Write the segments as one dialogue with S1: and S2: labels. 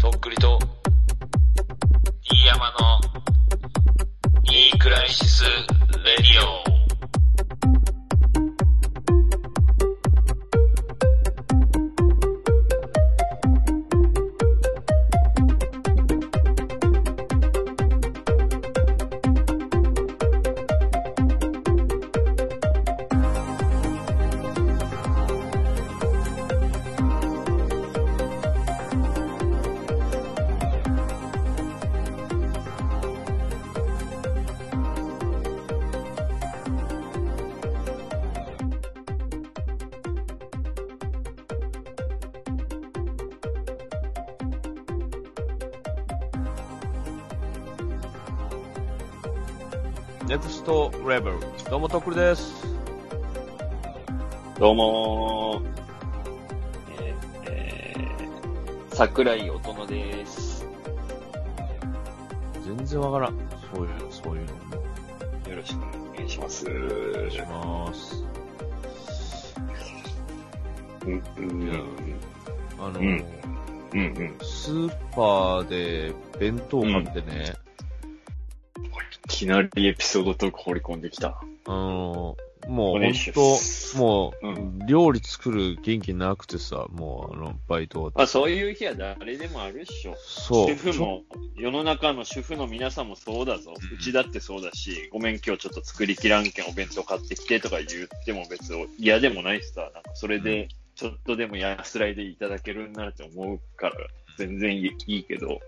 S1: とっくりと、飯山の、いいクライシス・レディオ。
S2: ネクストレベル。どうも、とっくりです。
S3: どうもー。えーえー桜井音野です。
S2: 全然わからん。そういう、そういうの。
S3: よろしくお願いします。
S2: お願いします。
S3: うん、うん、
S2: あの、
S3: うんうん、うん。
S2: スーパーで弁当買ってね、
S3: いきなりエピソードトーク放り込んできた。
S2: あの、もう
S3: お願いし
S2: 本
S3: ます
S2: 当、もう、
S3: う
S2: 料理作る元気なくてさ、もうあの、バイト。
S3: まあそういう日は誰でもあるっしょ。
S2: そう。
S3: 主婦も、世の中の主婦の皆さんもそうだぞ。
S2: うん
S3: うちだってそうだし、ごめん今日ちょっと作りきらんけんお弁当買ってきてとか言っても別に嫌でもないしさ、なんかそれでちょっとでも安らいでいただけるんならって思うから、全然いいいいけど、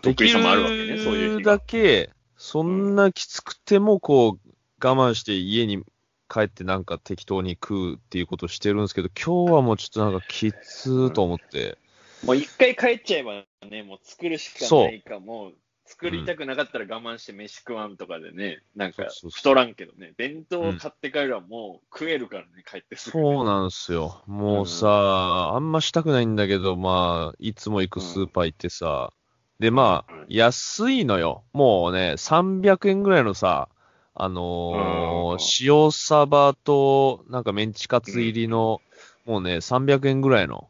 S2: で
S3: あ得
S2: き
S3: 意さもあるわけね、そういう
S2: る
S3: 日が
S2: だ。け、そんなきつくても、こう、我慢して家に帰ってなんか適当に食うっていうことをしてるんですけど、今日はもうちょっとなんかきつーと思って、
S3: もう一回帰っちゃえばね、もう作るしかないかも、作りたくなかったら我慢して飯食わんとかでね、なん
S2: そ
S3: か
S2: うそうそう
S3: 太らんけどね、弁当を買って帰るはもう食えるからね、帰ってすぐ。
S2: そうなんですよ。もうさ、あんましたくないんだけど、まあ、いつも行くスーパー行ってさ、で、まあ
S3: うん、
S2: 安いのよ。もうね、300円ぐらいのさ、あのー塩サバと、なんかメンチカツ入りの、もうね、300円ぐらいの。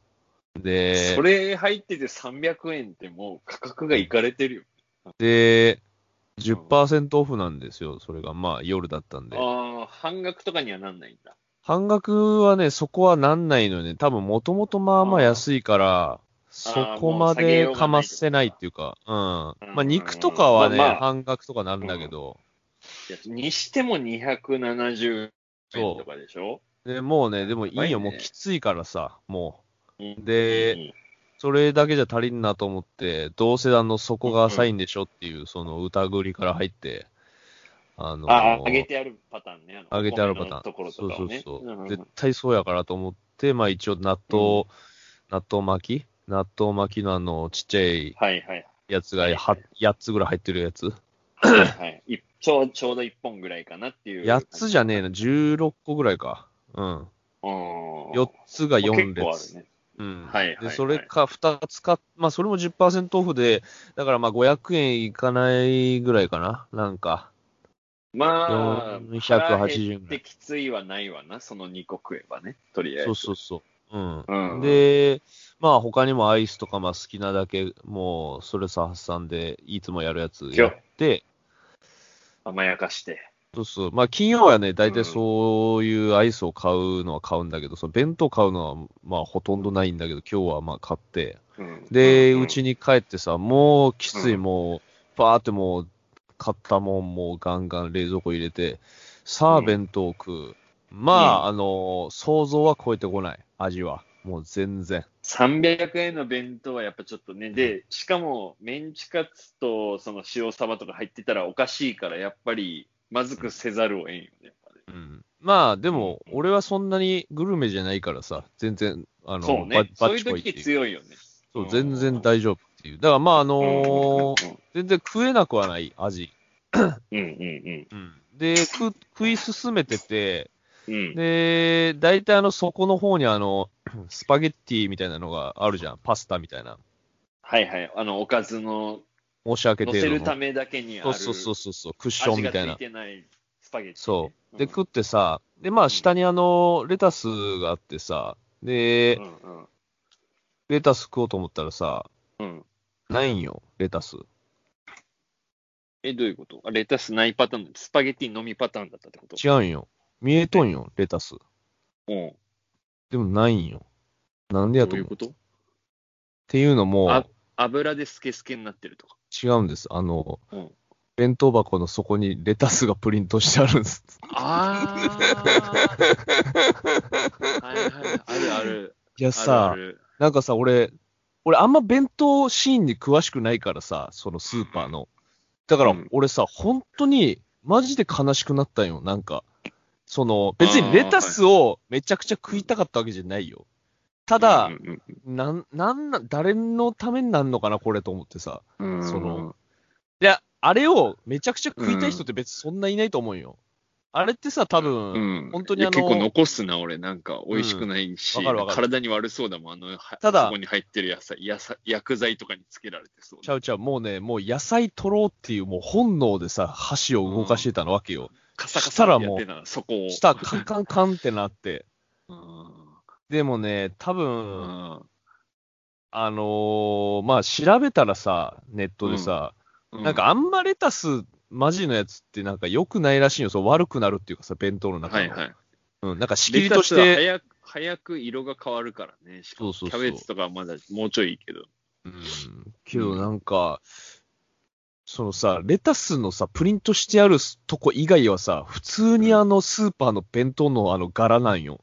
S2: で、
S3: それ入ってて300円ってもう価格がいかれてるよ。
S2: で、10%オフなんですよ、それが。まあ、夜だったんで。
S3: ああ、半額とかにはなんないんだ。
S2: 半額はね、そこはなんないのよね。多分、もともとまあまあ安いから、そこまでかませないっていうか、うん。
S3: う
S2: まあ、肉とかはね、
S3: まあまあ
S2: 半額とかなるんだけど、
S3: いやにしても270
S2: そ
S3: 円
S2: う
S3: とかでしょ
S2: でもうね、でもいいよ、
S3: うまいね
S2: もうきついからさ、も
S3: うん
S2: で
S3: うん
S2: う、それだけじゃ足りんなと思って、どうせあの底が浅いんでしょっていう、その疑りから入って、あのー
S3: ああ、上げてあるパターンね。の
S2: 揚げてあるパターン。
S3: お米のところ
S2: そ
S3: と
S2: う
S3: か
S2: そ
S3: を
S2: う
S3: ね。
S2: そう、
S3: ん
S2: 絶対そうやからと思って、まあ一応納豆、納豆巻き納豆巻きのあの、ちっちゃい
S3: はいはい
S2: やつが
S3: はいはい
S2: は8つぐらい入ってるやつ。
S3: はいはい。いちょうちょうど1本ぐらいかなっていう。
S2: 8つじゃねえな、16個ぐらいか。うん。
S3: うん。
S2: 4つが4
S3: 結構あ
S2: 列。
S3: るね。
S2: うん。
S3: はいはいはい
S2: で、それか2つか、まあそれも10%オフで、だからまあ500円いかないぐらいかな。なんか。
S3: まあ、
S2: 480
S3: 減ってきついはないわな、その2個食えばね、とりあえず。
S2: そうそうそう。うん。
S3: うん
S2: で、まあ他にもアイスとかまあ好きなだけ、もうそれさ挟んで、いつもやるやつやって、
S3: 甘やかして。
S2: そうそう。まあ金曜はね、大体そういうアイスを買うのは買うんだけど、その弁当買うのはまあほとんどないんだけど、今日はまあ買って、
S3: うん
S2: で、
S3: ん
S2: うちに帰ってさ、もうきつい、
S3: うん
S2: もう、バーってもう、買ったもんもうガンガン冷蔵庫入れて、さあ
S3: うん
S2: 弁当食う。まあ、あの、想像は超えてこない、味は。もう全然。
S3: 300円の弁当はやっぱちょっとね、で、しかもメンチカツとその塩サバとか入ってたらおかしいから、やっぱりまずくせざるをえんよね。やっぱね
S2: うんまあ、でも、
S3: うん
S2: 俺はそんなにグルメじゃないからさ、全然、あの、
S3: そう
S2: バ
S3: ね。そういう
S2: コイって
S3: 時
S2: いう
S3: 強いよね。
S2: そう、全然大丈夫っていう。だから、まあ、あのー全然食えなくはない味。
S3: うんうん
S2: で、食、食い進めてて、
S3: うん。うん。
S2: で、大体あの、そこの方にあの、 スパゲッティみたいなのがあるじゃん。パスタみたいな。
S3: はいはい。あの、おかずの
S2: 申し訳
S3: 乗
S2: 程
S3: せ
S2: 度
S3: るた
S2: の。
S3: めだけにあ
S2: そ
S3: る。
S2: うそうそううそうそう、クッショ
S3: 味
S2: ンみ
S3: がつ
S2: たい
S3: い
S2: な。
S3: てないスパゲッティね、
S2: そう。で、
S3: ん
S2: 食ってさ、で、まあ、下にあの、レタスがあってさ、で
S3: う、んうん
S2: レタス食おうと思ったらさ、
S3: うん。
S2: ないんよ、レタス。
S3: え、どういうことあレタスないパターン、スパゲティのみパターンだったってこと
S2: 違うんよ。見えとんよ、レタス。
S3: うん。
S2: でもないんよ。なんでや
S3: ど
S2: と
S3: うい
S2: 思
S3: う
S2: う。っ
S3: こと
S2: ていうのも
S3: あ、油でスケスケになってるとか。
S2: 違うんです。あの、
S3: うん
S2: 弁当箱の底にレタスがプリントしてあるんです。
S3: ああ。はいはい。あるある。
S2: いや
S3: あ
S2: さ、
S3: る
S2: なんかさ、俺、俺あんま弁当シーンに詳しくないからさ、そのスーパーの。だから
S3: うん
S2: 俺さ、本当に、マジで悲しくなったんよ、なんか。その、別にレタスをめちゃくちゃ食いたかったわけじゃないよ。ただ
S3: たう、ん
S2: なん、なんな、誰のためになんのかな、これと思ってさ。
S3: うんうん
S2: その、いや、あれをめちゃくちゃ食いたい人って別にそんないないと思うよ。あれってさ、多分、
S3: うん、
S2: 本当にあの
S3: いや結構残すな、俺、なんか、美味しくないし、
S2: うんわかるわかる
S3: 体に悪そうだもん、あの、は
S2: ただ
S3: そこに入ってる野菜やさ、薬剤とかにつけられてそう
S2: ちゃうちゃう、もうね、もう野菜取ろうっていうもう本能でさ、箸を動かしてたのわけよ。
S3: カサ
S2: し
S3: カ
S2: た
S3: サ
S2: ら
S3: や
S2: もう
S3: ってな、そこを。
S2: したらカンカンカンってなって。
S3: う
S2: でもね、多
S3: ん。う
S2: 分、
S3: ん。
S2: あのーまあ、調べたらさ、ネットでさ、
S3: う
S2: なんかあんまレタス、マジのやつってなんか良くないらしいよ。そう悪くなるっていうかさ、弁当の中
S3: は
S2: の。
S3: いはい。
S2: うん、なんか仕切
S3: レ
S2: り
S3: タ
S2: とし
S3: スは
S2: て、
S3: 早く、早く色が変わるからね。しかも
S2: そうそうそう
S3: キャベツとかはまだもうちょいいいけど。
S2: うん、けどなんか、そのさ、レタスのさ、プリントしてあるとこ以外はさ、普通にあのスーパーの弁当のあの柄なんよ。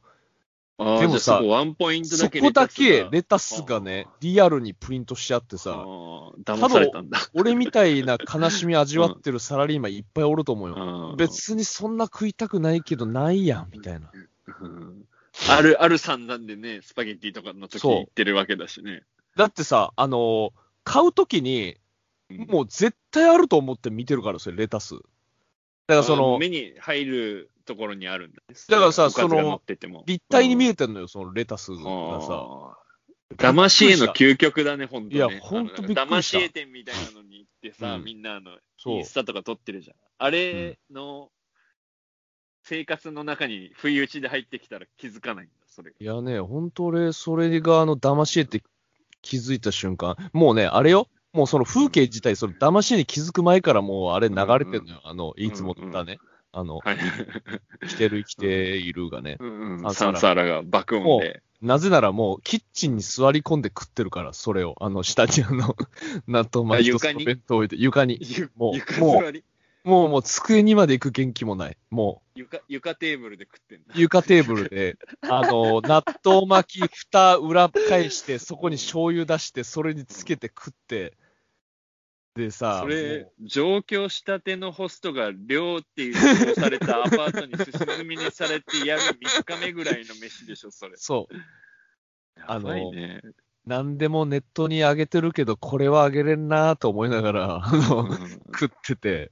S3: あー
S2: でもさ
S3: じゃあそこワンポイント
S2: そ
S3: だけ
S2: こだけ
S3: レ
S2: レタスがね、リアルにプリントしちゃって
S3: タスが
S2: さ、
S3: あー騙されたんだ。
S2: 俺みたいな悲しみ味わってるサラリーマンいっぱいおると思うよ。
S3: うん
S2: 別にそんな食いたくないけどないやん、みたいな。
S3: うんある、ある散々でね、スパゲッティとかの時
S2: そう
S3: 行ってるわけだしね。
S2: だってさ、あのー買うときに、もう絶対あると思って見てるから、それ、レタス。だからそ
S3: あ
S2: の、
S3: 目に入るところにあるんだね。
S2: だからさ
S3: おかずが
S2: その
S3: 乗ってても
S2: 立体に見
S3: る
S2: えてんのよ、そのレタスがさ。
S3: 騙し絵の究極だね、ほんとね。
S2: いやほんとびっくりした
S3: あの騙し絵店みたいなのに行ってさ、
S2: うん
S3: みんなあの、
S2: そう
S3: インスタとか撮ってるじゃん。あれの生活の中に不意打ちで入ってきたら気づかないんだ、それが。
S2: いやね、本当俺、それがあの、騙し絵って気づいた瞬間、もうね、あれよ、もうその風景自体、その騙し絵に気づく前からもうあれ流れてんのよ、あの、いつもだね、あの、
S3: はい。
S2: 生きてる生きているがね。
S3: うんう
S2: あ
S3: ん、サンサーラが爆音で。
S2: なぜならもう、キッチンに座り込んで食ってるから、それを、あの、下にあの、 納豆巻きと
S3: あ
S2: そ
S3: 床
S2: の
S3: に
S2: 弁当置いて、床に。
S3: ゆ
S2: もう
S3: 床
S2: もう
S3: 座り
S2: もう、もう、机にまで行く元気もない。も
S3: 床床テーブルで食ってんだ
S2: う、床テーブル で、あの、納豆巻き、蓋裏返して、そこに醤油出して、それにつけて食って、でさ、
S3: そ
S2: も
S3: れ
S2: う、
S3: 上京したてのホストが寮っていう指導されたアパートに進みにされてやる3日目ぐらいの飯でしょ、それ。
S2: そう、 あの
S3: やばいね、
S2: なんでもネットにあげてるけど、これはあげれんなと思いながら、あ
S3: うん
S2: の、
S3: 確
S2: 食ってて。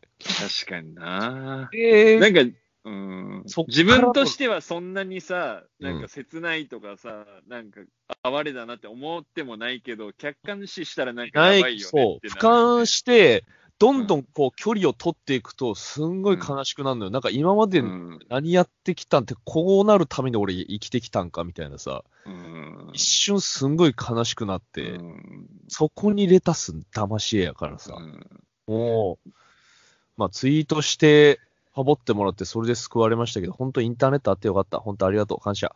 S3: かにな。
S2: え
S3: なんか、うん
S2: そっ、から
S3: 自分としてはそんなにさ、なんか切ないとかさ、なんか哀れだなって思ってもないけど、客観視したらなんか
S2: な
S3: やばい
S2: い、
S3: よね
S2: そ
S3: って
S2: う、俯
S3: なるよね
S2: 瞰して、どんどんこう距離を取っていくと、すんごい悲しくなるのよ。なんか今まで
S3: うん
S2: 何やってきたんって、こうなるために俺生きてきたんかみたいなさ、
S3: うん
S2: 一瞬すんごい悲しくなって、
S3: うん
S2: そこにレタス騙し絵やからさ、
S3: うん
S2: もう、まあツイートして、ハボってもらって、それで救われましたけど、本当インターネットあってよかった。本当ありがとう。感謝。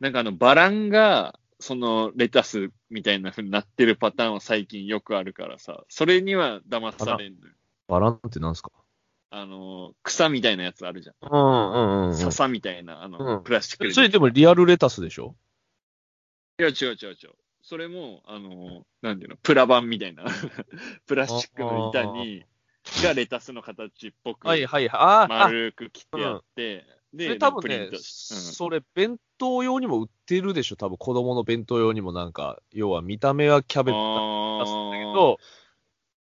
S3: なんかあのバランがそのレタスみたいな風になってるパターンは最近よくあるからさ、それには騙されんのよ。
S2: バランってなんすか
S3: あの、草みたいなやつあるじゃん。
S2: うんうんうん
S3: 笹みたいな、あ
S2: う
S3: の、
S2: ん
S3: プラスチックで。
S2: それでもリアルレタスでしょ
S3: いや、違う違う違う。それも、あの、なんていうの、プラ板みたいな。 プラスチックの板に、がレタスの形っぽく、
S2: はいはいはい。あーあ、
S3: 丸く切ってあって、
S2: そ
S3: で、
S2: れ多分ね
S3: なんか、プリントし
S2: それ弁当用にも売ってるでしょ、多分子供の弁当用にもなんか、要は見た目はキャ
S3: う
S2: ベ
S3: ん、
S2: ツだ
S3: あ
S2: だけ
S3: ー
S2: ど、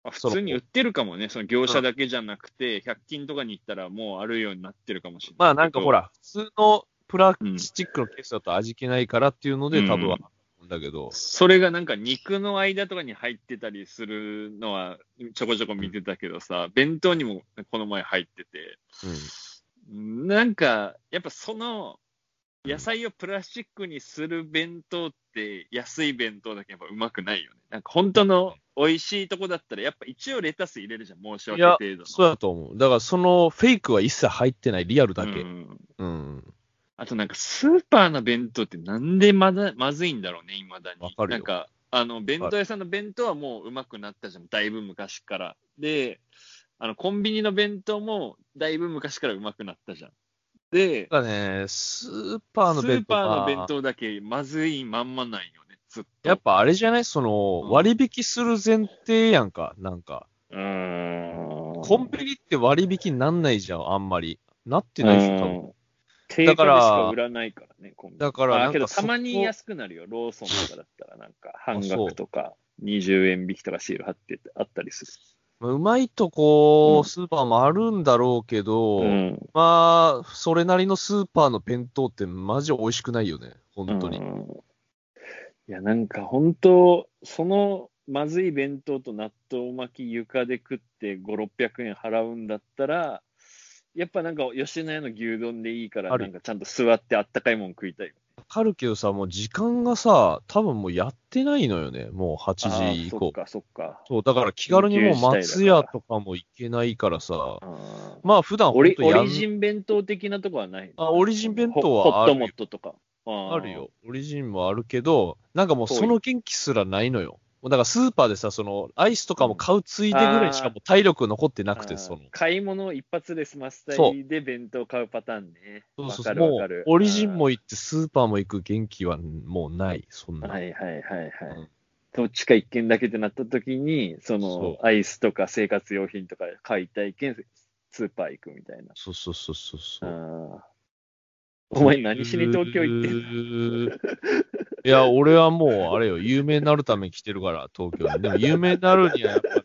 S3: あ普通に売ってるかもね、その業者だけじゃなくて、100均とかに行ったらもうあるようになってるかもしれない。
S2: まあなんかほ、ら、普通のプラ
S3: うん、
S2: スチックのケースだと味気ないからっていうので、
S3: うん
S2: 多分は、だけど、
S3: それがなんか肉の間とかに入ってたりするのはちょこちょこ見てたけどさ、弁当にもこの前入ってて、
S2: うん
S3: なんかやっぱその野菜をプラスチックにする弁当って、安い弁当だけやっぱうまくないよね。なんか本当の美味しいとこだったら、やっぱ一応レタス入れるじゃん、申し
S2: い
S3: 訳
S2: や
S3: 程度の。、
S2: そうだと思う。だからそのフェイクは一切入ってない、リアルだ
S3: う
S2: け。
S3: ん
S2: うん。
S3: あとなんかスーパーの弁当ってなんでまだまずいんだろうね、いまだに。
S2: わかるよ
S3: なんか、あの、弁当屋さんの弁当はもううまくなったじゃん、だいぶ昔から。で、あの、コンビニの弁当もだいぶ昔からうまくなったじゃん。で、
S2: だからね、スーパーの
S3: ス
S2: 弁
S3: ー
S2: 当
S3: パ
S2: が
S3: ーの弁当だけまずいまんまなんよね、ずっと。
S2: やっぱあれじゃないその、
S3: うん
S2: 割引する前提やんか、なんか。
S3: うーん。
S2: コンビニって割引になんないじゃん、あんまり。なってないですよ、多分。
S3: うん
S2: だから
S3: 定価でしか売らないからね、コンビニ
S2: だから
S3: あ
S2: なんか
S3: けど
S2: そこ
S3: たまに安くなるよ、ローソンとかだったら、なんか半
S2: あそう
S3: 額とか20円引きとかシール貼ってあったりする。
S2: まあうまいとこ、
S3: うん
S2: スーパーもあるんだろうけど、
S3: うん、
S2: まあ、それなりのスーパーの弁当ってマジ美味しくないよね、本当に。
S3: うんいや、なんか本当、そのまずい弁当と納豆巻き床で食って5、600円払うんだったら、やっぱなんか吉野家の牛丼でいいから、
S2: ある
S3: なんかちゃんと座ってあったかいもん食いたいよ。
S2: わかるけどさ、もう時間がさ、多分もうやってないのよね、もう8時以
S3: あーそっ
S2: 降。
S3: か、そっか。
S2: そう、だから気軽にもう
S3: 緊急
S2: 松
S3: 事態だ
S2: 屋
S3: から
S2: とかも行けないからさ、
S3: あー
S2: まあ普段
S3: オ
S2: 本
S3: リ
S2: 当
S3: オ
S2: やん
S3: リジン弁当的なとこはない
S2: あオリジン弁当は
S3: ホホ
S2: あ
S3: ッ
S2: るよ
S3: トモットとか。あー
S2: ある。よ。オリジンもあるけど、なんかもうその元気すらないのよ。もうだからスーパーでさ、その、アイスとかも買うついでぐらいしかもう体力残ってなく
S3: あ
S2: て、
S3: ー
S2: その。
S3: 買い物を一発で済ませた
S2: そ
S3: いで弁当買うパターンね。
S2: そうそう
S3: わかる
S2: も
S3: わか
S2: う
S3: る、
S2: オリジンも行って、スーパーも行く元気はもうない、そんな。
S3: はいはいはいはい。
S2: うん
S3: どっちか一軒だけってなった時に、その
S2: そ
S3: アイスとか生活用品とか買いたいけん、スーパー行くみたいな。
S2: そうそうそうそうそう。
S3: あーお前何しに東京行ってんの
S2: いや、俺はもう、あれよ、有名になるために来てるから、東京に。でも、有名になるには、やっぱね、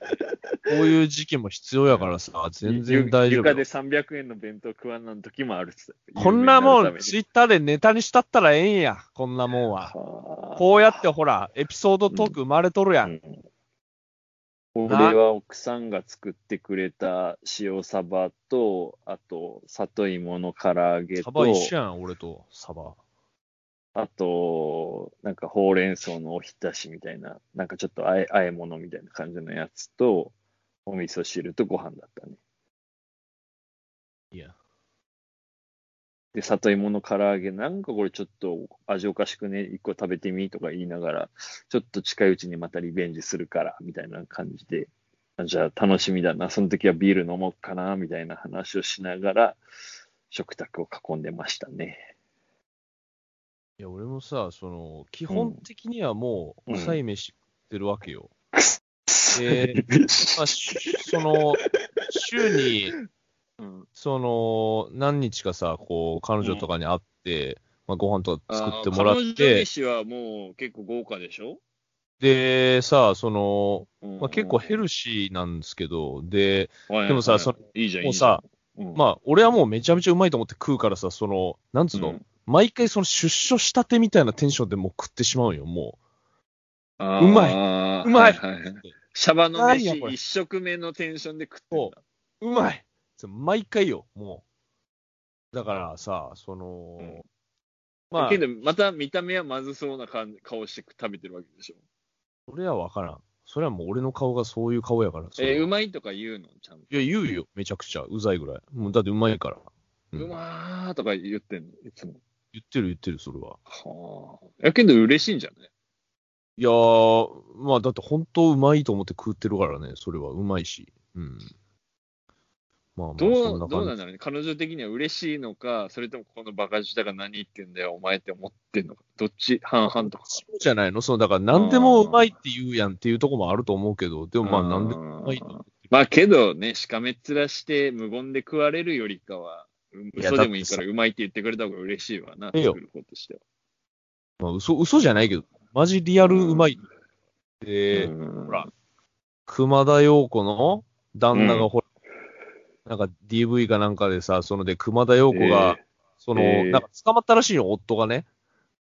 S2: こういう時期も必要やからさ、全然大丈
S3: ゆ床
S2: 夫
S3: で。300円の弁当食わんなん時もあるっつって
S2: こんなも
S3: 有
S2: ん、
S3: 名にるために
S2: ツイッターでネタにしたったらええんや、こんなもんは。
S3: はあ
S2: こうやってほら、エピソードトーク生まれとるやん。
S3: うん俺は奥さんが作ってくれた塩サバと、あと、里芋の唐揚げ
S2: サ
S3: と
S2: バ、一緒やん、俺と、サバ。
S3: あと、なんかほうれん草のおひたしみたいな、なんかちょっとあえあえ物みたいな感じのやつと、お味噌汁とご飯だったね。
S2: いや。
S3: で、里芋の唐揚げ、なんかこれちょっと味おかしくね、一個食べてみとか言いながら、ちょっと近いうちにまたリベンジするから、みたいな感じで、あじゃあ楽しみだな、その時はビール飲もうかな、みたいな話をしながら、食卓を囲んでましたね。
S2: いや、俺もさ、その、基本的にはもう、
S3: うん
S2: 臭い飯食ってるわけよ。で、まあ、しその、週に、
S3: うん
S2: その、何日かさ、こう、彼女とかに会って、まあ、ご飯とか作ってもらっ
S3: あー彼女
S2: て、
S3: 飯はもう結構豪華でしょ、
S2: で、さ、その、
S3: うん
S2: まあ、結構ヘルシーなんですけど、で、
S3: はい
S2: でもさ
S3: はい
S2: その
S3: いいじゃん、
S2: もうさ、
S3: いいじゃん、うん
S2: まあ、俺はもうめちゃめちゃうまいと思って食うからさ、その、なんつうの、
S3: うん
S2: 毎回その出所したてみたいなテンションでもう食ってしまうんよ、も
S3: あ
S2: うまい
S3: ー
S2: うまい
S3: ははは
S2: う。
S3: シャバの飯
S2: なんやこれ
S3: 一食目のテンションで食ってんだ
S2: うまい毎回よ、もう。だからさ、その、
S3: うん
S2: まあ
S3: け、ど、また見た目はまずそうな感顔して食べてるわけでしょ。
S2: それはわからん。それはもう俺の顔がそういう顔やから。それ
S3: え
S2: は
S3: ーうまいとか言うのちゃんと。
S2: いや、言うよ、めちゃくちゃ。うざいぐらい。もうだってうまいから。うん
S3: うまーとか言ってんのいつも。
S2: 言ってる言ってる、それは。
S3: はあ。やけど嬉しいんじゃない
S2: いやー、まあだって本当うまいと思って食ってるからね、それはうまいし。うん。まあまあ、
S3: ど
S2: そん
S3: う
S2: な
S3: どうな
S2: 感
S3: ん
S2: じ。
S3: だろうね。彼女的には嬉しいのか、それともこのバカ舌が何言ってんだよ、お前って思ってんのか。どっち半々とか。
S2: そうじゃないのその、だから何でもうまいって言うやんっていうとこもあると思うけど、でもまあ何でもうまいと思ってる。
S3: まあけどね、しかめっ面して無言で食われるよりかは、うん
S2: いや
S3: 嘘でもいいか
S2: だっ
S3: らうまいって言ってくれた方が嬉しいわな、
S2: ええよ
S3: 作る方としては。
S2: まあ嘘、嘘じゃないけど、マジリアルうまい。で、
S3: うん
S2: ほら、熊田曜子の旦那がほら、なんか DV かなんかでさ、そので熊田曜子が、その、
S3: えー
S2: なんか捕まったらしいよ、夫がね。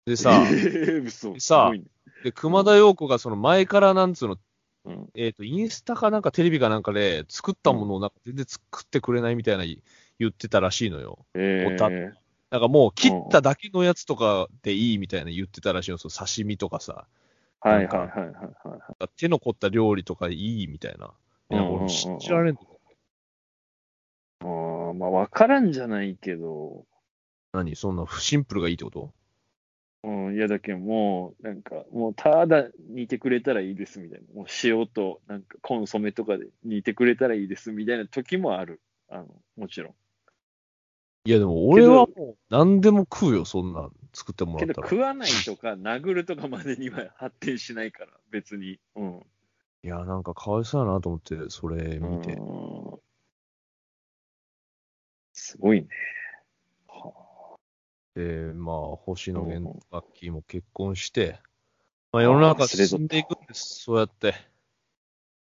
S2: でさ、
S3: ええ 嘘
S2: でさ
S3: すごいね
S2: で熊田曜子がその前からなんつうの、
S3: うん
S2: えっ、と、インスタかなんかテレビかなんかで作ったものをなんか全然作ってくれないみたいな言ってたらしいのよ。
S3: ええ
S2: おたなんかもう切っただけのやつとかでいいみたいな言ってたらしいの、その刺身とかさ、
S3: はいはいはいはいはい。
S2: 手の凝った料理とかいいみたいな。いや、
S3: うんうんうんう
S2: 俺
S3: ん
S2: 信じられんの。
S3: あーまあ、わからんじゃないけど、
S2: 何そんなシンプルがいいってこと
S3: うん、いやだけどもう、なんか、もうただ煮てくれたらいいですみたいな、もう塩となんかコンソメとかで煮てくれたらいいですみたいな時もある、あのもちろん。
S2: いや、でも俺はもう何でも食うよ、そんなん作ってもら
S3: け
S2: っ
S3: ど
S2: たら。
S3: 食わないとか、殴るとかまでには発展しないから、別に。うん。
S2: いや、なんかかわいそうやなと思って、それ見て。
S3: うんすごいね。は
S2: で、まあ、星野源
S3: うん
S2: と楽器も結婚して、まあ、世の中進んでいくんです、そうやって。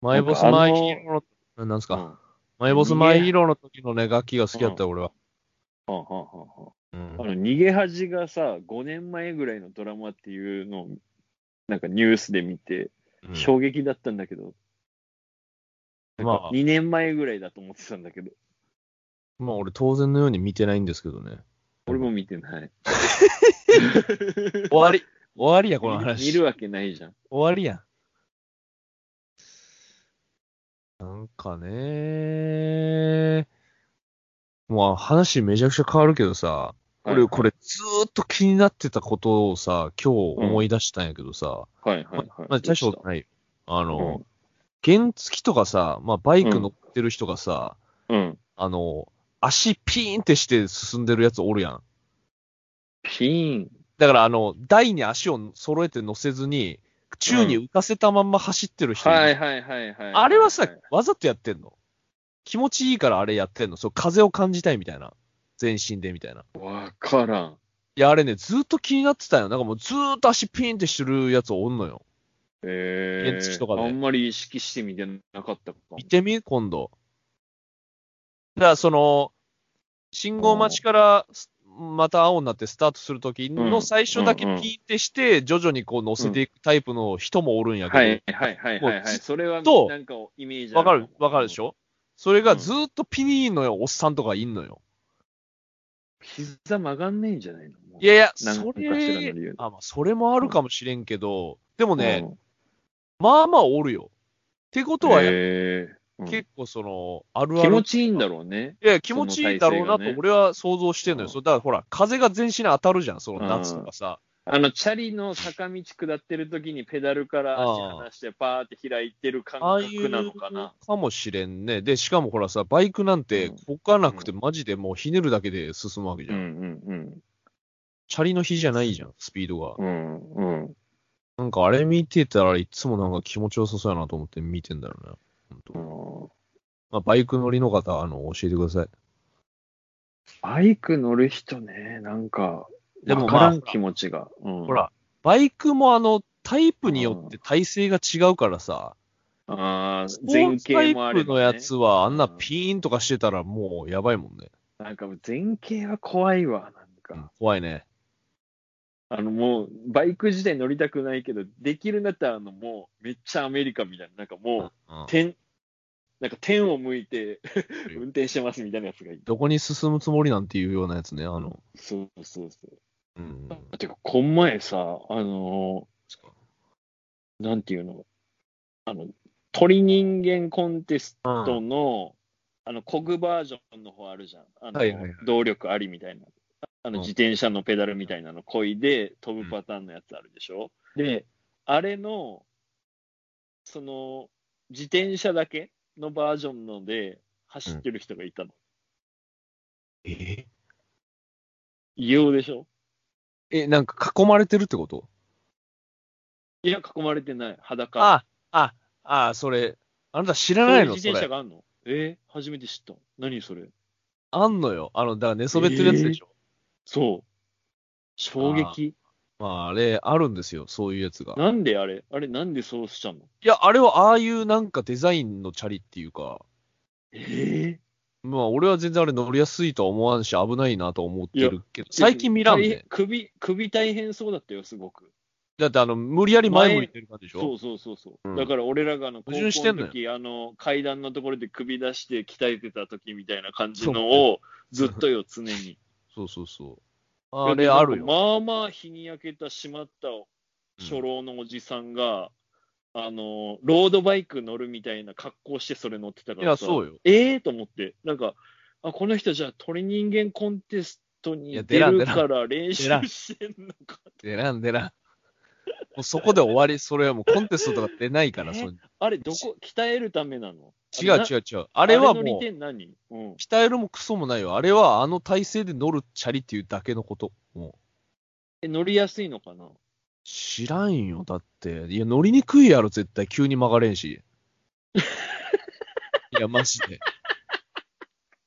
S2: マイボス
S3: なんかあ
S2: マ
S3: の
S2: イヒーローの、なんです
S3: あ
S2: か、
S3: うんは
S2: マイボスマイヒーローの時のね、楽器が好きだったよ、俺は。
S3: あはあはあはあ
S2: うん
S3: あの、逃げ恥がさ、5年前ぐらいのドラマっていうのを、なんかニュースで見て、
S2: うん
S3: 衝撃だったんだけど、
S2: まあ、
S3: 2年前ぐらいだと思ってたんだけど、
S2: まあ俺当然のように見てないんですけどね。
S3: 俺も見てない。
S2: 終わり 終わりや、この
S3: 見
S2: 話。
S3: 見るわけないじゃん。
S2: 終わりやん。なんかねもう話めちゃくちゃ変わるけどさ、俺これずーっと気になってたことをさ、今日思い出したんやけどさ、
S3: はいはいはい。
S2: まあ大した
S3: どう
S2: こと
S3: し
S2: ない。あの
S3: う、
S2: 原付とかさ、まあバイク乗ってる人がさ、
S3: たうん。
S2: あの、足ピーンってして進んでるやつおるやん。
S3: ピーン。
S2: だからあの、台に足を揃えて乗せずに、宙に浮かせたまんま走ってる人いる、
S3: はいはいはいはい。
S2: あれはさ、わざとやってんの気持ちいいからあれやってんのそう、風を感じたいみたいな。全身でみたいな。
S3: わからん。
S2: いや、あれね、ずーっと気になってたよ。なんかもうずーっと足ピンってしてるやつおんのよ。
S3: え
S2: 原
S3: ー、
S2: 付とかで
S3: あんまり意識してみてなかったかも
S2: 見。てみ今度。だからその、信号待ちからすまた青になってスタートするとき
S3: う
S2: の
S3: ん
S2: 最初だけピーってして、徐々にこう乗せていくタイプの人もおるんやけど。
S3: はいはいはいはい、
S2: もう
S3: は
S2: ず
S3: い。
S2: っ
S3: それは
S2: と
S3: なんかイメージあ
S2: わかる、わかるでし
S3: ょ
S2: ょそれがずーっとピニーのおっさんとかいんのよ。
S3: 膝曲がんないんじゃないのもう
S2: いやいや、
S3: なんか
S2: そ
S3: かしらの
S2: れ、
S3: 理由で
S2: あ、まあ、それもあるかもしれんけど、でもね、
S3: うん
S2: まあまあおるよ。ってことは、
S3: へーうん
S2: 結構その、あるあ
S3: 気持
S2: る。
S3: ちいいんだろうね。
S2: いや、気持ちいいだろうなと
S3: その体勢がね
S2: 俺は想像してんのよ。
S3: うん
S2: そうだからほら、風が全身に当たるじゃん、その夏とかさ。
S3: あの、チャリの坂道下ってる時にペダルから足離してパーって開いてる感
S2: ああいう
S3: 覚なのかな。
S2: かもしれんね。で、しかもほらさ、バイクなんて
S3: うん、
S2: こかなくて、マジでもうひねるだけで進むわけじ
S3: う
S2: ゃん。
S3: んうん
S2: チャリの比じゃないじゃん、スピードが。
S3: うん。うんうん。
S2: なんかあれ見てたらいつもなんか気持ちよさそうやなと思って見てんだよね。ほんと
S3: うん
S2: まあ、バイク乗りの方、あの、教えてください。
S3: バイク乗る人ね、なんか、
S2: でも
S3: わ
S2: まあ
S3: からん気持ちが。ほ
S2: ほ、ら、バイクもあの、タイプによって体勢が違うからさ、
S3: ああ
S2: ス、ポ
S3: 前
S2: ーツタ
S3: 傾
S2: イ
S3: もあれ
S2: プ
S3: ば
S2: の
S3: ね
S2: やつはあんなピーンとかしてたらもうやばいもんね。
S3: なんかもう前傾は怖いわ、なんか。
S2: うん怖いね。
S3: あのもう、バイク自体乗りたくないけど、できるんだったら、あのもう、めっちゃアメリカみたいな、なんか
S2: う
S3: もう、
S2: んうん
S3: 天、なんか天を向いて
S2: るよ
S3: 運転してますみたいなやつがいる。
S2: どこに進むつもりなんていうようなやつね、あの。
S3: そうそうそう。
S2: うん。
S3: てか、こん前さ、あのーなんていうの、あの、鳥人間コンテストの、あの、コグバージョンの方あるじゃん。あの、
S2: はいはいはい
S3: 動力ありみたいな。あの、
S2: うん
S3: 自転車のペダルみたいなのこいで飛ぶパターンのやつあるでしょ、で、あれの、その、自転車だけのバージョンので走ってる人がいたの。
S2: え
S3: 異様でしょ
S2: え、なんか囲まれてるってこと
S3: いや、囲まれてない。裸。
S2: あ、あ、あ、それ、あなた知ら
S3: そう
S2: ないいうの
S3: 自
S2: そ
S3: 転車
S2: れ。
S3: があんのえー初めて知った。何それ
S2: あんのよ。あの、だから寝そべってるやつでしょ。
S3: そう。衝撃。
S2: まあ、あれ、あるんですよ、そういうやつが。
S3: なんであれあれなんでそうしちゃうの
S2: いや、あれはああいうなんかデザインのチャリっていうか、
S3: え
S2: まあ俺は全然あれ乗りやすいとは思わんし危ないなとは思ってるけど、
S3: ー
S2: 最近見らん
S3: 大変
S2: ね。
S3: 首、首大変そうだったよ、すごく。
S2: だってあの、無理やり前向いてる感じでし
S3: そ
S2: ょ
S3: うそうそうそう、
S2: うん
S3: だから俺らがあの高
S2: 矛盾して
S3: 校
S2: んのよ
S3: の時あの階段のところで首出して鍛えてた時みたいな感じのをずっとよ、常に。
S2: そうそうそう。 あれあるよ。
S3: まあまあ日に焼けたしまった初老のおじさんが、あの、ロードバイク乗るみたいな格好してそれ乗ってたか
S2: い
S3: ら
S2: や、
S3: さ。
S2: そうよ。
S3: ええと思って、なんか、あ、この人じゃあ鳥人間コンテスト
S2: い
S3: に
S2: や
S3: 出
S2: 出らん
S3: るから練習
S2: 出らん
S3: してんのか。
S2: 出らん出らん。もうそこで終わり、それはもうコンテストとか出ないから、
S3: え
S2: そう
S3: あれ、どこ、鍛えるためなの
S2: 違う違
S3: う。
S2: う違う。あれは
S3: あれの利
S2: もう、
S3: 点何うん。
S2: 鍛えるもクソもないよ。あれはあの体勢で乗るチャリっていうだけのこと。もう
S3: え、乗りやすいのかな
S2: 知らんよ、だって。いや、乗りにくいやろ、絶対。急に曲がれん し。いや、マジで。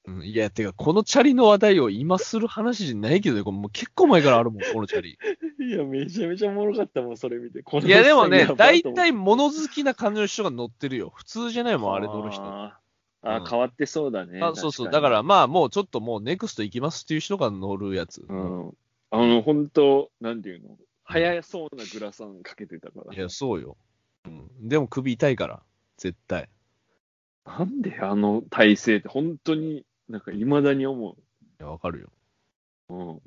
S2: うん、いや、てか、このチャリの話題を今する話じゃないけどね、これもう結構前からあるもん、このチャリ。
S3: いや、めちゃめちゃおもろかったもん、それ見て。
S2: いや、でもね、大
S3: い
S2: 体物好きな感じの人が乗ってるよ。普通じゃないもん、あれ乗る人。あ
S3: あーあ
S2: う
S3: ー、
S2: ん
S3: 変わってそうだね。
S2: そうそう。
S3: 確
S2: だ
S3: に
S2: から、まあ、もうちょっともうネクスト行きますっていう人が乗るやつ。
S3: うん。あの、本当なんていうの早そうなグラサンかけてたから
S2: い。や、そうよ。うん。でも首痛いから、絶対。
S3: なんであの体勢って、本当に、なんか、いまだに思う。
S2: いや、わかるよ。
S3: うん。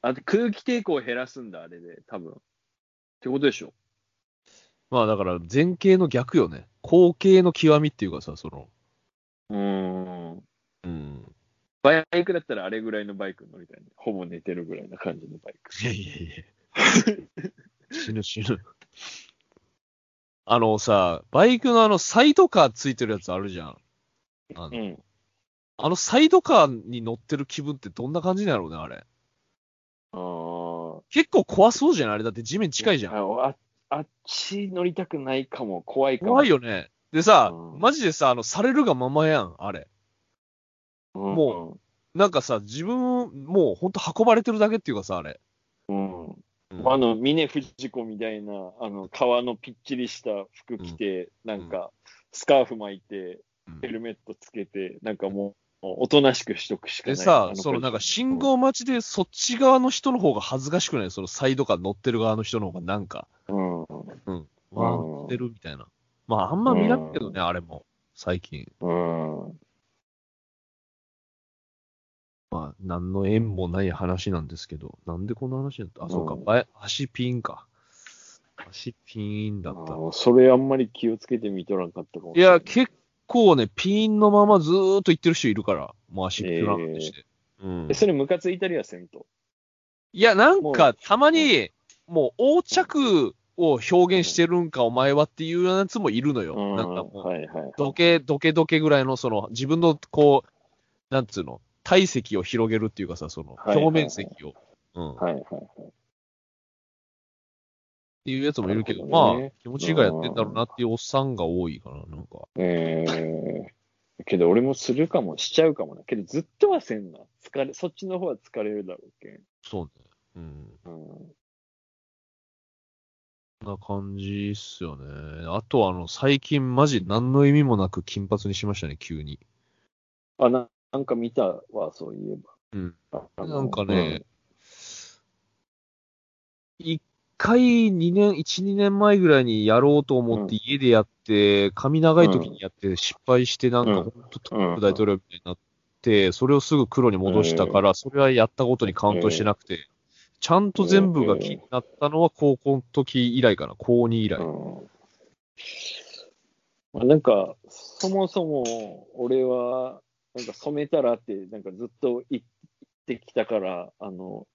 S3: あと空気抵抗を減らすんだ、あれで、多分。ってことでしょ。
S2: まあだから前傾の逆よね。後傾の極みっていうかさ、その、
S3: うーん。
S2: うん。
S3: バイクだったらあれぐらいのバイク乗りたいね。ほぼ寝てるぐらいな感じのバイク。
S2: いやいやいや。死ぬ死ぬ。あのさ、バイクのあのサイドカーついてるやつあるじゃん。あの,、
S3: ん。
S2: あのサイドカーに乗ってる気分ってどんな感じなんやろうね、あれ。
S3: ああ。
S2: 結構怖そうじゃないあれだって地面近いじゃん。
S3: ああ。あっち乗りたくないかも、怖いかも。
S2: 怖いよね。でさ
S3: う、ん
S2: マジでさ、あの、されるがままやん、あれ。
S3: うん
S2: もなんかさ、自分、もうほんと運ばれてるだけっていうかさ、あれ。
S3: うん。うん。
S2: うん
S3: あの、峰不二子みたいな、あの、革のぴっちりした服着て、なんか、スカーフ巻いて、
S2: うん
S3: ヘルメットつけて、なんかもう、おとなしくしとくしかな
S2: で
S3: い。あ
S2: さ、
S3: 子
S2: そのなんか信号待ちでそっち側の人の方が恥ずかしくないそのサイドカー乗ってる側の人の方がなんか、
S3: うん。ん
S2: わー乗ってるみたいな。まああんま見なくけどね、あれも、最近。
S3: うん。
S2: まあ、何の縁もない話なんですけど、なんでこの話になったあ、そうか
S3: うん、
S2: ばえ足ピンか。足ピンだった。
S3: あそれあんまり気をつけて見とらんかったかも
S2: いや、結構ね、ピンのままずーっと行ってる人いるから、もう足ピュランってして。うん
S3: え、それムカついたりはせんと。
S2: いや、なん
S3: も
S2: か、たまに、もう、横着を表現してるんか、お前はっていうやつもいるのよ。
S3: うん。
S2: なんかもう、
S3: はいはい。
S2: どけ、どけどけぐらいの、その、自分の、こう、なんつうの、体積を広げるっていうかさ、その、
S3: はいはいはい
S2: 表面積を。うん。っ
S3: はいはい。
S2: ていうやつもいるけど、
S3: なるほ
S2: ま
S3: どね
S2: あ、気持ちいいからやってんだろうなっていうおっさんが多いから、なんか。
S3: えー、けど俺もするかも、しちゃうかもな。けどずっとはせんな。疲れ、そっちの方は疲れるだろうけん。
S2: そうね。うん。
S3: うん。
S2: そんな感じっすよね。あと、あの、最近、マジ、何の意味もなく金髪にしましたね、急に。
S3: あ、ななんか見たわ、そういえ
S2: うん。
S3: ば。あの
S2: なんかね、、一、回、二年、一、二年前ぐらいにやろうと思って家でやって、髪長い時にやって失敗して、なん
S3: う
S2: か
S3: ん
S2: 本当トップ大統領みたいになって、それをすぐ黒に戻したから、それはやったことにカウントしてなくて、ちゃんと全部が気になったのは高校の時以来かな、高2以来
S3: う。んまあ、なんか、そもそも俺は、なんか染めたらって、なんかずっと言ってきたから、あの、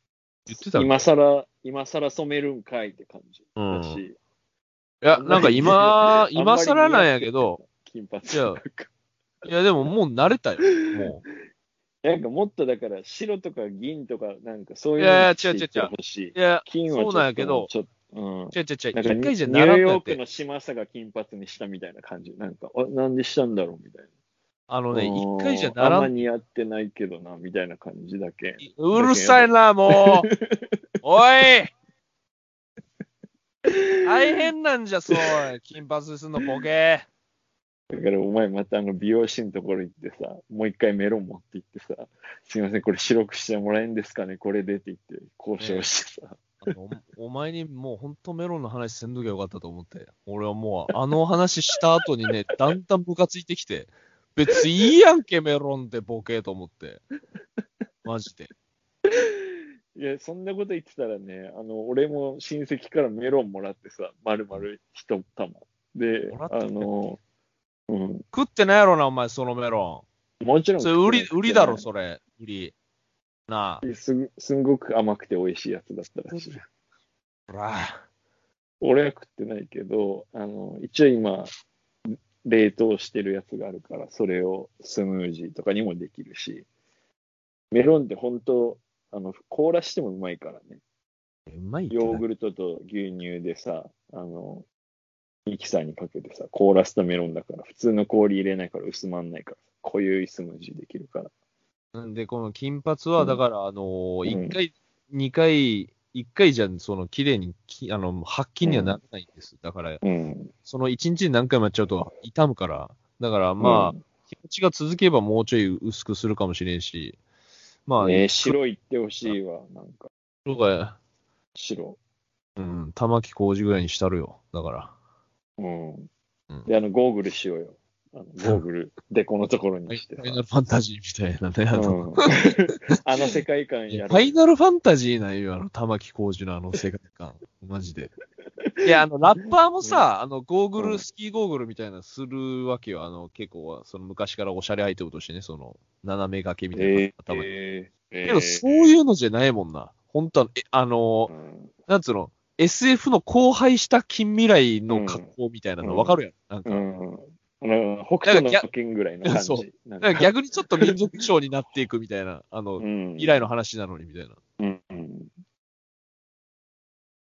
S2: 言ってたっけ
S3: 今更、今更染めるんかいって感じ
S2: う
S3: だ
S2: ん。い
S3: し。
S2: や、なんか今、
S3: あんま
S2: 今
S3: り
S2: 更なんやけど、、
S3: 金髪
S2: いや
S3: なんか。
S2: いやでももう慣れたよ、も
S3: なんかもっとだから、白とか銀とか、なんかそういう
S2: いやいや
S3: の
S2: 違う違う違う
S3: してほしい。
S2: う。いや、
S3: 金はちょ
S2: そう
S3: っと
S2: なんやけど、
S3: ちょっと、う
S2: 違
S3: ん。
S2: う違う違
S3: なん
S2: う、
S3: か
S2: 一回じゃ
S3: ニ
S2: な
S3: ュ
S2: らん
S3: ー
S2: か
S3: ヨ
S2: っ
S3: ーク
S2: て。
S3: の嶋佐が金髪にしたみたいな感じ。なんか、あなんでしたんだろうみたいな。
S2: あのね、
S3: うん
S2: 一回じゃなら
S3: あんま
S2: ん。
S3: 似合ってないけどな、みたいな感じだけ。
S2: うるさいな、もう。お い大変なんじゃ、そう。金髪にすんのボケ。
S3: だからお前またあの美容師のところ行ってさ、もう一回メロン持って行ってさ、すいません、これ白くしてもらえんですかね、これでって言って交渉してさ。
S2: あのおお前にもう本当メロンの話せんときゃよかったと思って。俺はもう、あの話した後にね、だんだんムカついてきて、別にいいやんけ、メロンでボケと思って。マジで。
S3: いや、そんなこと言ってたらね、あの、俺も親戚からメロンもらってさ、丸々一玉。で
S2: もら、っ
S3: あ
S2: たんだ
S3: の、うん、
S2: 食ってないやろな、お前、そのメロ
S3: もちろ
S2: ン。
S3: ん。
S2: それ、売り、売りだろ、
S3: そ
S2: それ。売り。なあ。
S3: れ。すん、すんごく甘くて美味しいやつだったらしい。
S2: ほら。
S3: 俺は食ってないけど、あの、一応今、冷凍してるやつがあるから、それをスムージーとかにもできるし、メロンって本当、あの、凍らしてもうまいからね。
S2: うまいってな
S3: ヨーグルトと牛乳でさ、あの、ミキサーにかけてさ、凍らせたメロンだから、普通の氷入れないから薄まんないから、濃ゆいスムージーできるから。
S2: なんで、この金髪は、だから、あのー、
S3: うん
S2: 1回、2回、1回じゃ、その、綺麗にき、あの、発揮にはならないんです。だから、
S3: うん。
S2: その1日に何回もやっちゃうと、痛むから。だから、まあ、気持ちが続けばもうちょい薄くするかもしれんし。ま
S3: あ、
S2: あ、
S3: ねえ、
S2: 白
S3: 白いってほしいわ、なんか、
S2: が、
S3: 白。
S2: うん、玉木浩二ぐらいにしたるよ。だから。
S3: うん
S2: うん。
S3: で、あの、ゴーグルしようよ。あのゴー グル、デコのところ
S2: フ
S3: にしてさ。
S2: ァイナルファンタジーみたいなね。あの
S3: うんあの世界観
S2: いや
S3: や
S2: ファイ
S3: る。
S2: ナルファンタジーなんよ、あの、玉木浩二のあの世界 観。マジで。いや、あの、ラッパーもさ、あの、ゴーグル、
S3: うん
S2: スキーゴーグルみたいなのするわけよ。あの、結構、その昔からおしゃれアイテムとしてね、その、斜め掛けみたい
S3: え
S2: な頭に。
S3: え、
S2: けど、そういううのじゃないもんな。本当は、えあの
S3: う、ん
S2: なんつうの、SF の荒廃した近未来の格好みたいな
S3: う
S2: の、
S3: ん
S2: わかるやん。なんか、
S3: うん。あの北斗
S2: なん
S3: の
S2: か
S3: 剣ぐらいの感
S2: そう
S3: じ。なん
S2: だ
S3: か
S2: から逆にちょっと民族商になっていくみたいな、あの、
S3: うん
S2: 未来の話なのにみたいな。
S3: うんうん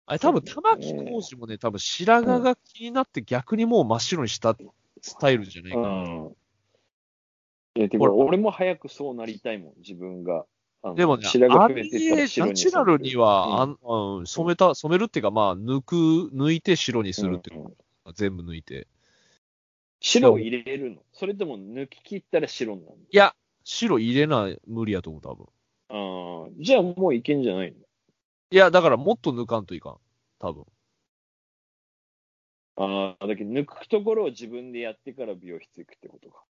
S2: あれ多分、
S3: そう
S2: 玉
S3: です
S2: 木
S3: ね
S2: 浩二もね、多分白髪が気になって逆にもう真っ白にしたスタイルじゃないかな。
S3: うんいやでも俺も早くそうなりたいもん、自分が。あの
S2: でもね、
S3: 白
S2: あ
S3: 髪増
S2: れ
S3: えてったら
S2: ナ
S3: 白に
S2: チュラルには、あんうん、染めた、染めるっていうか、まあ、抜く、抜いて白にするっていう
S3: うんうん
S2: か、全部抜いて。
S3: 白を入れるのそれとも抜き切ったら白になる
S2: いや、白入れない、無理やと思う、多分。
S3: のあーじゃあもういけんじゃない
S2: いや、だからもっと抜かんといかん。多分。
S3: のああ、だけど抜くところを自分でやってから美容室行くってことか。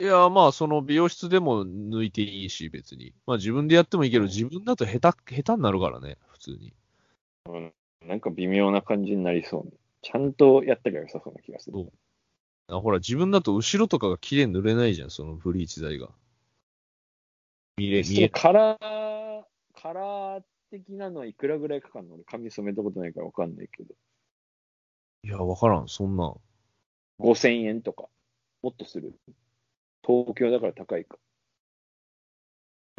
S2: いや、まあ、その美容室でも抜いていいし、別に。まあ、自分でやってもいいけど、自分だと下手、下手になるからね、普通に。
S3: うんなんか微妙な感じになりそうね。ちゃんとやったら良さそうな気がする。
S2: あほら、自分だと後ろとかが綺麗に塗れないじゃん、そのブリーチ剤が。見れ、見
S3: その
S2: え、
S3: カラー、カラー的なのはいくらぐらいかかるの俺髪染めたことないからわかんないけど。
S2: いや、わからん、そんなん。
S3: 5000円とか。もっとする。東京だから高いか。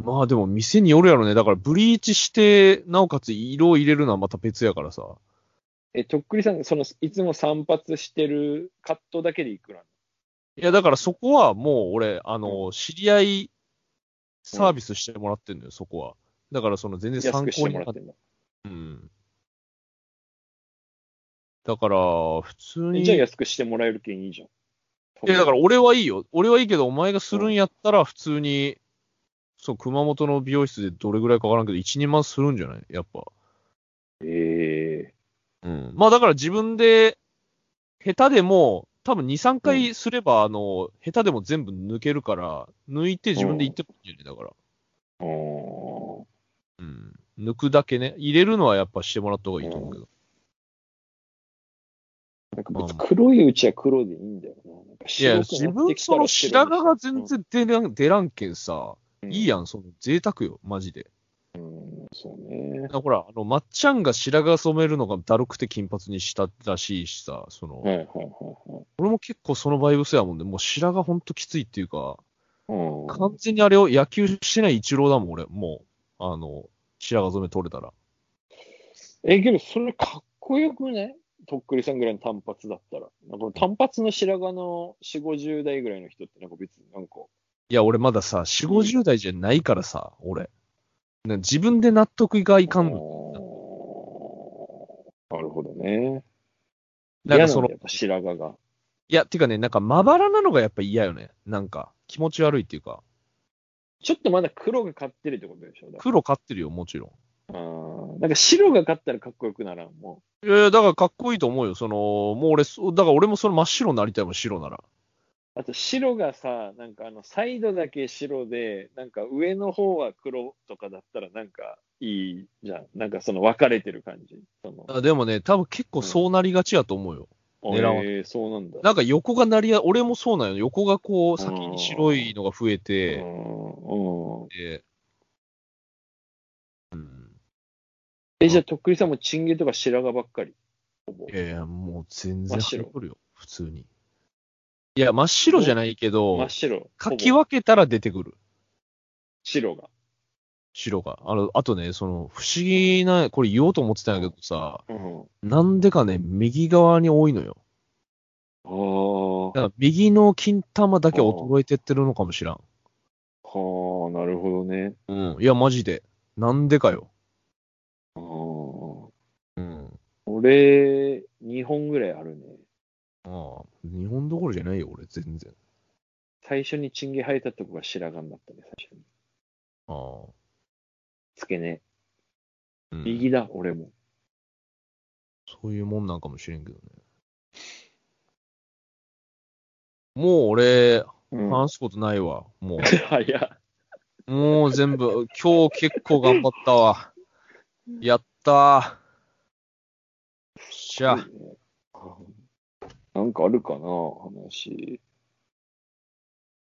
S2: まあでも店によるやろね。だからブリーチして、なおかつ色を入れるのはまた別やからさ。
S3: え、とっくりさん、その、いつも散髪してるカットだけでいくら
S2: いや、だからそこはもう俺、あの、知り合いサービスしてもらってんのよ、そこは。だからその全然
S3: 安
S2: 参
S3: くして
S2: 考
S3: も
S2: に
S3: ら
S2: な
S3: ってんだ。
S2: うん。だから、普通
S3: え
S2: に。
S3: じゃあ安くしてもらえるけんいいじゃん。
S2: いや、だから俺はいいよ。俺はいいけど、お前がするんやったら、普通に、そう、熊本の美容室でどれぐらいかわからんけど、1、2万するんじゃないやっぱ。
S3: え
S2: うん。まあだから自分で、下手でも、多分2、3回すれば、あの、下手でも全部抜けるから、抜いて自分で行ってもいいんじゃないだから。
S3: えー。
S2: うん。抜くだけね。入れるのはやっぱしてもらった方がいいと思うけど。
S3: なんか別に黒いうちは黒でいいんだよな。なんか
S2: いや、
S3: 白く
S2: 自
S3: なって
S2: 分
S3: きた
S2: そ
S3: ら
S2: の
S3: 白
S2: 白髪が全然出らん、出らんけんさ、
S3: うん
S2: いいやん、その贅沢よ、マジで。
S3: うん、そうね。
S2: ほら、あの、まっちゃんが白髪染めるのがだるくて金髪にしたらしいしさ、その、
S3: はいはいはいはい。
S2: 俺も結構そのバイブスやもんね、もう白髪ほんときついっていうか、
S3: うん
S2: 完全にあれを野球してない一郎だもん、俺、もう、あの、白髪染め取れたら。
S3: え、けどそれかっこよくないとっくりさんぐらいの単発だったら。なんか単発の白髪の4、50代ぐらいの人ってなんか別になんか、
S2: いや、俺まださ、四五十代じゃないからさ、俺。な自分で納得がいかん
S3: あー
S2: の。
S3: なるほどね。
S2: なんかその、
S3: 嫌なんだ
S2: い
S3: やっぱ白髪が。
S2: や、てかね、なんかまばらなのがやっぱ嫌よね。なんか、気持ち悪いっていうか、
S3: ちょっとまだ黒が勝ってるってことでしょだか
S2: 黒買ってるよ、もちろん。
S3: らうんなんか白が勝ったらかっこよくならん。も
S2: いやいや、だからかっこいいと思うよ。その、もう俺、そうだから俺もその真っ白になりたいもん、白なら。
S3: あと白がさ、なんかあのサイドだけ白で、なんか上の方は黒とかだったらなんかいいじゃん。なんかその分かれてる感じ。その
S2: あでもね、多分結構そうなりがちやと思うよ。狙わ
S3: えーそうなんだ。
S2: なんか横がなりや、俺もそうなんよ。横がこう、先に白いのが増え
S3: う
S2: て、
S3: んうん
S2: でうん。
S3: え、じゃあ、とっくりさんもチンゲとか白髪ばっかり。ほぼ
S2: いやいや、もう全然
S3: 真っ白
S2: 入っとるよ、普通に。いや、真っ白じゃないけ
S3: 真
S2: ど
S3: っ、白。
S2: かき分けたら出てくる、
S3: 白が。
S2: 白が。あのあとね、その、不思議な、これ言おうと思ってたんやけどさ、
S3: うん。あ
S2: なんでかね、右側に多いのよ。
S3: あー。
S2: だから右の金玉だけ衰えてってるのかもしらん。
S3: はあ、なるほどね。
S2: うん。いや、マジで。なんでかよ。
S3: あー
S2: うん。
S3: 俺、2本ぐらいあるね。
S2: ああ、日本どころじゃないよ、俺、全然。
S3: 最初にチンゲ生えたとこが白髪になったね、最初に。
S2: ああ。
S3: 付け根。
S2: うん
S3: 右だ、俺も。
S2: そういうもんなんかもしれんけどね。もう俺、
S3: うん、
S2: 話すことないわ。も
S3: 早っ。
S2: う、もう全部、 今日結構頑張ったわ。やったー。よっしゃ。
S3: なんかあるかな、話。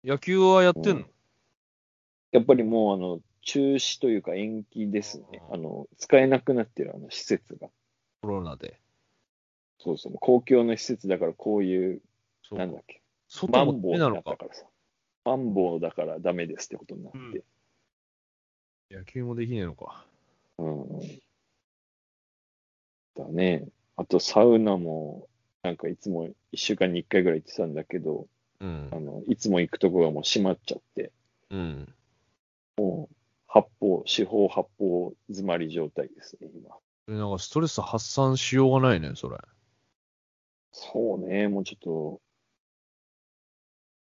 S2: 野球はやってんの
S3: やっぱりもう、あの、中止というか延期ですね。あの、使えなくなってる、あの、施設が。
S2: コロナで。
S3: そうそう、公共の施設だから、こういう、
S2: そう
S3: なんだっけ、マ
S2: 外
S3: ン
S2: もダ
S3: ボ
S2: メな
S3: ウだ
S2: の
S3: っ
S2: か
S3: た。からさ。マンボウだからダメですってことになって。
S2: 野球もできねえのか。
S3: うん。だね。あと、サウナも、なんかいつも1週間に1回ぐらい行ってたんだけど、
S2: うん
S3: あ。の、いつも行くとこがもう閉まっちゃって、
S2: うん。
S3: 八方、四方八方詰まり状態ですね、今。
S2: それなんかストレス発散しようがないね、それ。
S3: そうね、もうちょっと、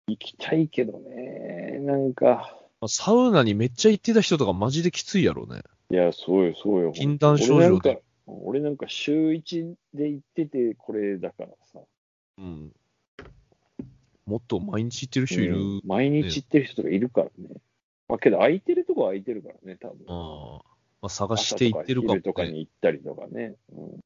S3: 行きたいけどね、なんか。
S2: まあサウナにめっちゃ行ってた人とかマジできついやろうね。
S3: いや、そうよ、そうよ。
S2: 禁断症
S3: 俺な
S2: 状
S3: んか
S2: で。
S3: 俺なんか週一で行ってて、これだからさ。
S2: うん。もっと毎日行ってる人いる。
S3: うん毎日行ってる人とかいるからね。まあ、けど空いてるとこは空いてるからね、多分。
S2: ああ。まあ、探して行ってるかも、
S3: 朝とか
S2: ね。
S3: 昼とかに行ったりとかね。うん